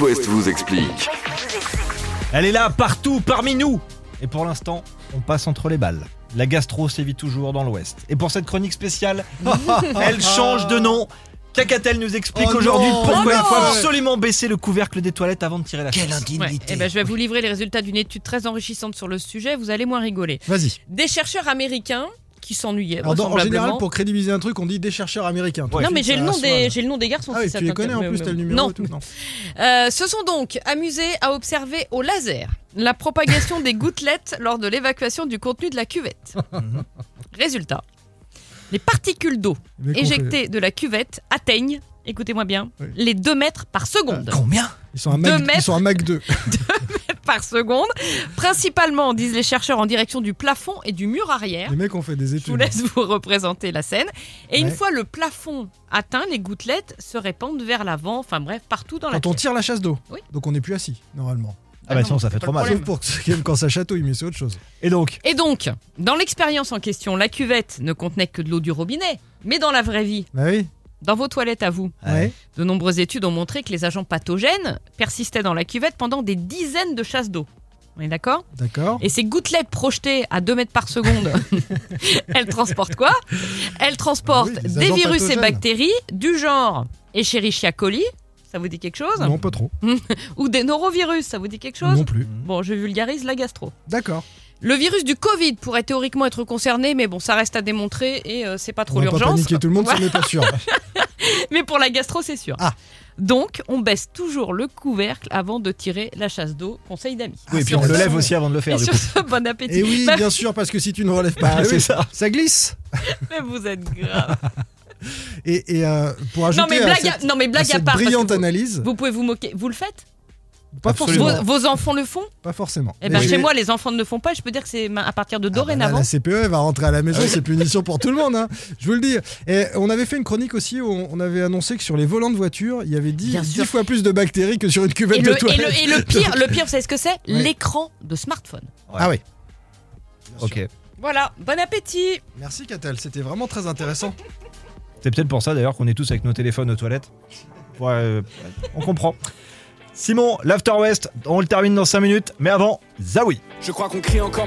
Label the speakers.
Speaker 1: West vous explique.
Speaker 2: Elle est là, partout, parmi nous Et pour l'instant, on passe entre les balles. La gastro sévit toujours dans l'Ouest. Et pour cette chronique spéciale, elle change de nom. Cacatel nous explique
Speaker 3: Oh
Speaker 2: aujourd'hui
Speaker 3: non,
Speaker 2: pourquoi
Speaker 3: oh
Speaker 2: il faut
Speaker 3: non.
Speaker 2: absolument baisser le couvercle des toilettes avant de tirer la chasse.
Speaker 4: Ouais, eh ben, je vais vous livrer les résultats d'une étude très enrichissante sur le sujet, vous allez moins rigoler.
Speaker 3: Vas-y.
Speaker 4: Des chercheurs américains qui s'ennuyaient.
Speaker 3: Alors, dans- en
Speaker 4: vraisemblablement.
Speaker 3: général, pour crédibiliser un truc, on dit des chercheurs américains. Tout de
Speaker 4: Non,
Speaker 3: suite,
Speaker 4: mais j'ai
Speaker 3: ça
Speaker 4: le, nom
Speaker 3: assoit,
Speaker 4: des,
Speaker 3: là.
Speaker 4: j'ai le nom des garçons.
Speaker 3: Ah
Speaker 4: si
Speaker 3: oui,
Speaker 4: ça
Speaker 3: tu les
Speaker 4: t'intéresse.
Speaker 3: connais en
Speaker 4: Mais-
Speaker 3: plus, t'as le
Speaker 4: mais-
Speaker 3: numéro
Speaker 4: Non.
Speaker 3: et tout. Non.
Speaker 4: Euh, se sont donc amusés à observer au laser la propagation des gouttelettes lors de l'évacuation du contenu de la cuvette.
Speaker 3: Mhm.
Speaker 4: Résultat, les particules d'eau
Speaker 3: Mais qu'on fait-
Speaker 4: éjectées de la cuvette atteignent, écoutez-moi bien,
Speaker 3: Oui.
Speaker 4: les 2 mètres par seconde.
Speaker 2: Combien
Speaker 3: Ils sont un
Speaker 4: Deux
Speaker 3: Mac, ils
Speaker 4: mètres.
Speaker 3: sont un Mac 2.
Speaker 4: par seconde, principalement, disent les chercheurs, en direction du plafond et du mur arrière.
Speaker 3: Les mecs ont fait des
Speaker 4: Je vous
Speaker 3: études.
Speaker 4: laisse vous représenter la scène. Et une
Speaker 3: Ouais.
Speaker 4: fois le plafond atteint, les gouttelettes se répandent vers l'avant, enfin bref, partout dans la
Speaker 3: Quand on
Speaker 4: pièce.
Speaker 3: tire la chasse d'eau,
Speaker 4: Oui.
Speaker 3: donc on n'est plus assis normalement.
Speaker 2: Ah bah sinon ça fait trop mal.
Speaker 3: Sauf pour ceux qui aiment quand ça chatouille, mais c'est autre chose.
Speaker 2: Et donc,
Speaker 4: Et donc, dans l'expérience en question, la cuvette ne contenait que de l'eau du robinet. Mais dans la vraie vie,
Speaker 3: Bah oui.
Speaker 4: dans vos toilettes à vous,
Speaker 3: Ouais.
Speaker 4: de nombreuses études ont montré que les agents pathogènes persistaient dans la cuvette pendant des dizaines de chasses d'eau. On est d'accord
Speaker 3: D'accord.
Speaker 4: Et ces gouttelettes projetées à 2 mètres par seconde, elles transportent quoi Elles transportent
Speaker 3: Ah oui, des
Speaker 4: des
Speaker 3: agents
Speaker 4: virus et
Speaker 3: pathogènes.
Speaker 4: bactéries du genre Escherichia coli, ça vous dit quelque chose
Speaker 3: Non, pas trop.
Speaker 4: Ou des norovirus, ça vous dit quelque chose
Speaker 3: Non plus.
Speaker 4: Bon, je vulgarise la gastro.
Speaker 3: D'accord.
Speaker 4: Le virus du Covid pourrait théoriquement être concerné, mais bon, ça reste à démontrer et euh, c'est pas trop
Speaker 3: on va pas
Speaker 4: l'urgence.
Speaker 3: paniquer tout le monde,
Speaker 4: Ouais,
Speaker 3: ça n'est pas sûr.
Speaker 4: mais pour la gastro, c'est sûr.
Speaker 3: Ah.
Speaker 4: Donc, on baisse toujours le couvercle avant de tirer la chasse d'eau. Conseil d'amis.
Speaker 2: oui, et puis
Speaker 3: sur
Speaker 2: on le
Speaker 3: le
Speaker 2: lève
Speaker 3: son.
Speaker 2: aussi avant de le faire.
Speaker 4: Et
Speaker 2: Du
Speaker 4: sur
Speaker 2: coup.
Speaker 4: ce, bon appétit.
Speaker 3: Ah, Et oui,
Speaker 4: Ma-
Speaker 3: bien sûr, parce que si tu ne relèves pas,
Speaker 2: Bah,
Speaker 3: eh
Speaker 2: c'est
Speaker 3: oui,
Speaker 2: ça.
Speaker 3: ça glisse.
Speaker 4: mais vous êtes grave.
Speaker 3: Et, et, euh, pour ajouter
Speaker 4: non, mais
Speaker 3: à
Speaker 4: blague,
Speaker 3: cette,
Speaker 4: à, non, mais
Speaker 3: à
Speaker 4: blague à
Speaker 3: cette
Speaker 4: part. parce que
Speaker 3: brillante
Speaker 4: vous-
Speaker 3: analyse,
Speaker 4: Vous pouvez vous moquer. Vous le faites
Speaker 3: pas
Speaker 2: Absolument.
Speaker 3: forcément.
Speaker 4: vos, vos enfants le font
Speaker 3: Pas forcément.
Speaker 4: Eh
Speaker 3: Mais
Speaker 4: ben,
Speaker 3: je
Speaker 4: chez
Speaker 3: vais-
Speaker 4: moi, les enfants ne le font pas. Je peux dire que c'est ma- à partir de
Speaker 3: Ah bah là,
Speaker 4: dorénavant. Ah
Speaker 3: la CPE va rentrer à la maison, c'est punition pour tout le monde. hein. Je vous le dis. Et on avait fait une chronique aussi où on on avait annoncé que sur les volants de voiture, il y avait 10,
Speaker 4: Bien sûr.
Speaker 3: fois plus de bactéries que sur une cuvette
Speaker 4: et,
Speaker 3: de
Speaker 4: le, et,
Speaker 3: toilette.
Speaker 4: le, et le pire, le pire, vous savez ce que c'est L'écran de smartphone.
Speaker 3: Ah oui.
Speaker 2: Ok.
Speaker 4: Voilà, bon appétit
Speaker 3: Merci Catel, c'était vraiment très intéressant.
Speaker 2: C'est peut-être pour ça d'ailleurs qu'on est tous avec nos téléphones aux toilettes. Ouais, euh, on comprend. Simon, l'After West, on le termine dans 5 minutes, mais avant, Zawi.
Speaker 1: Je crois qu'on crie encore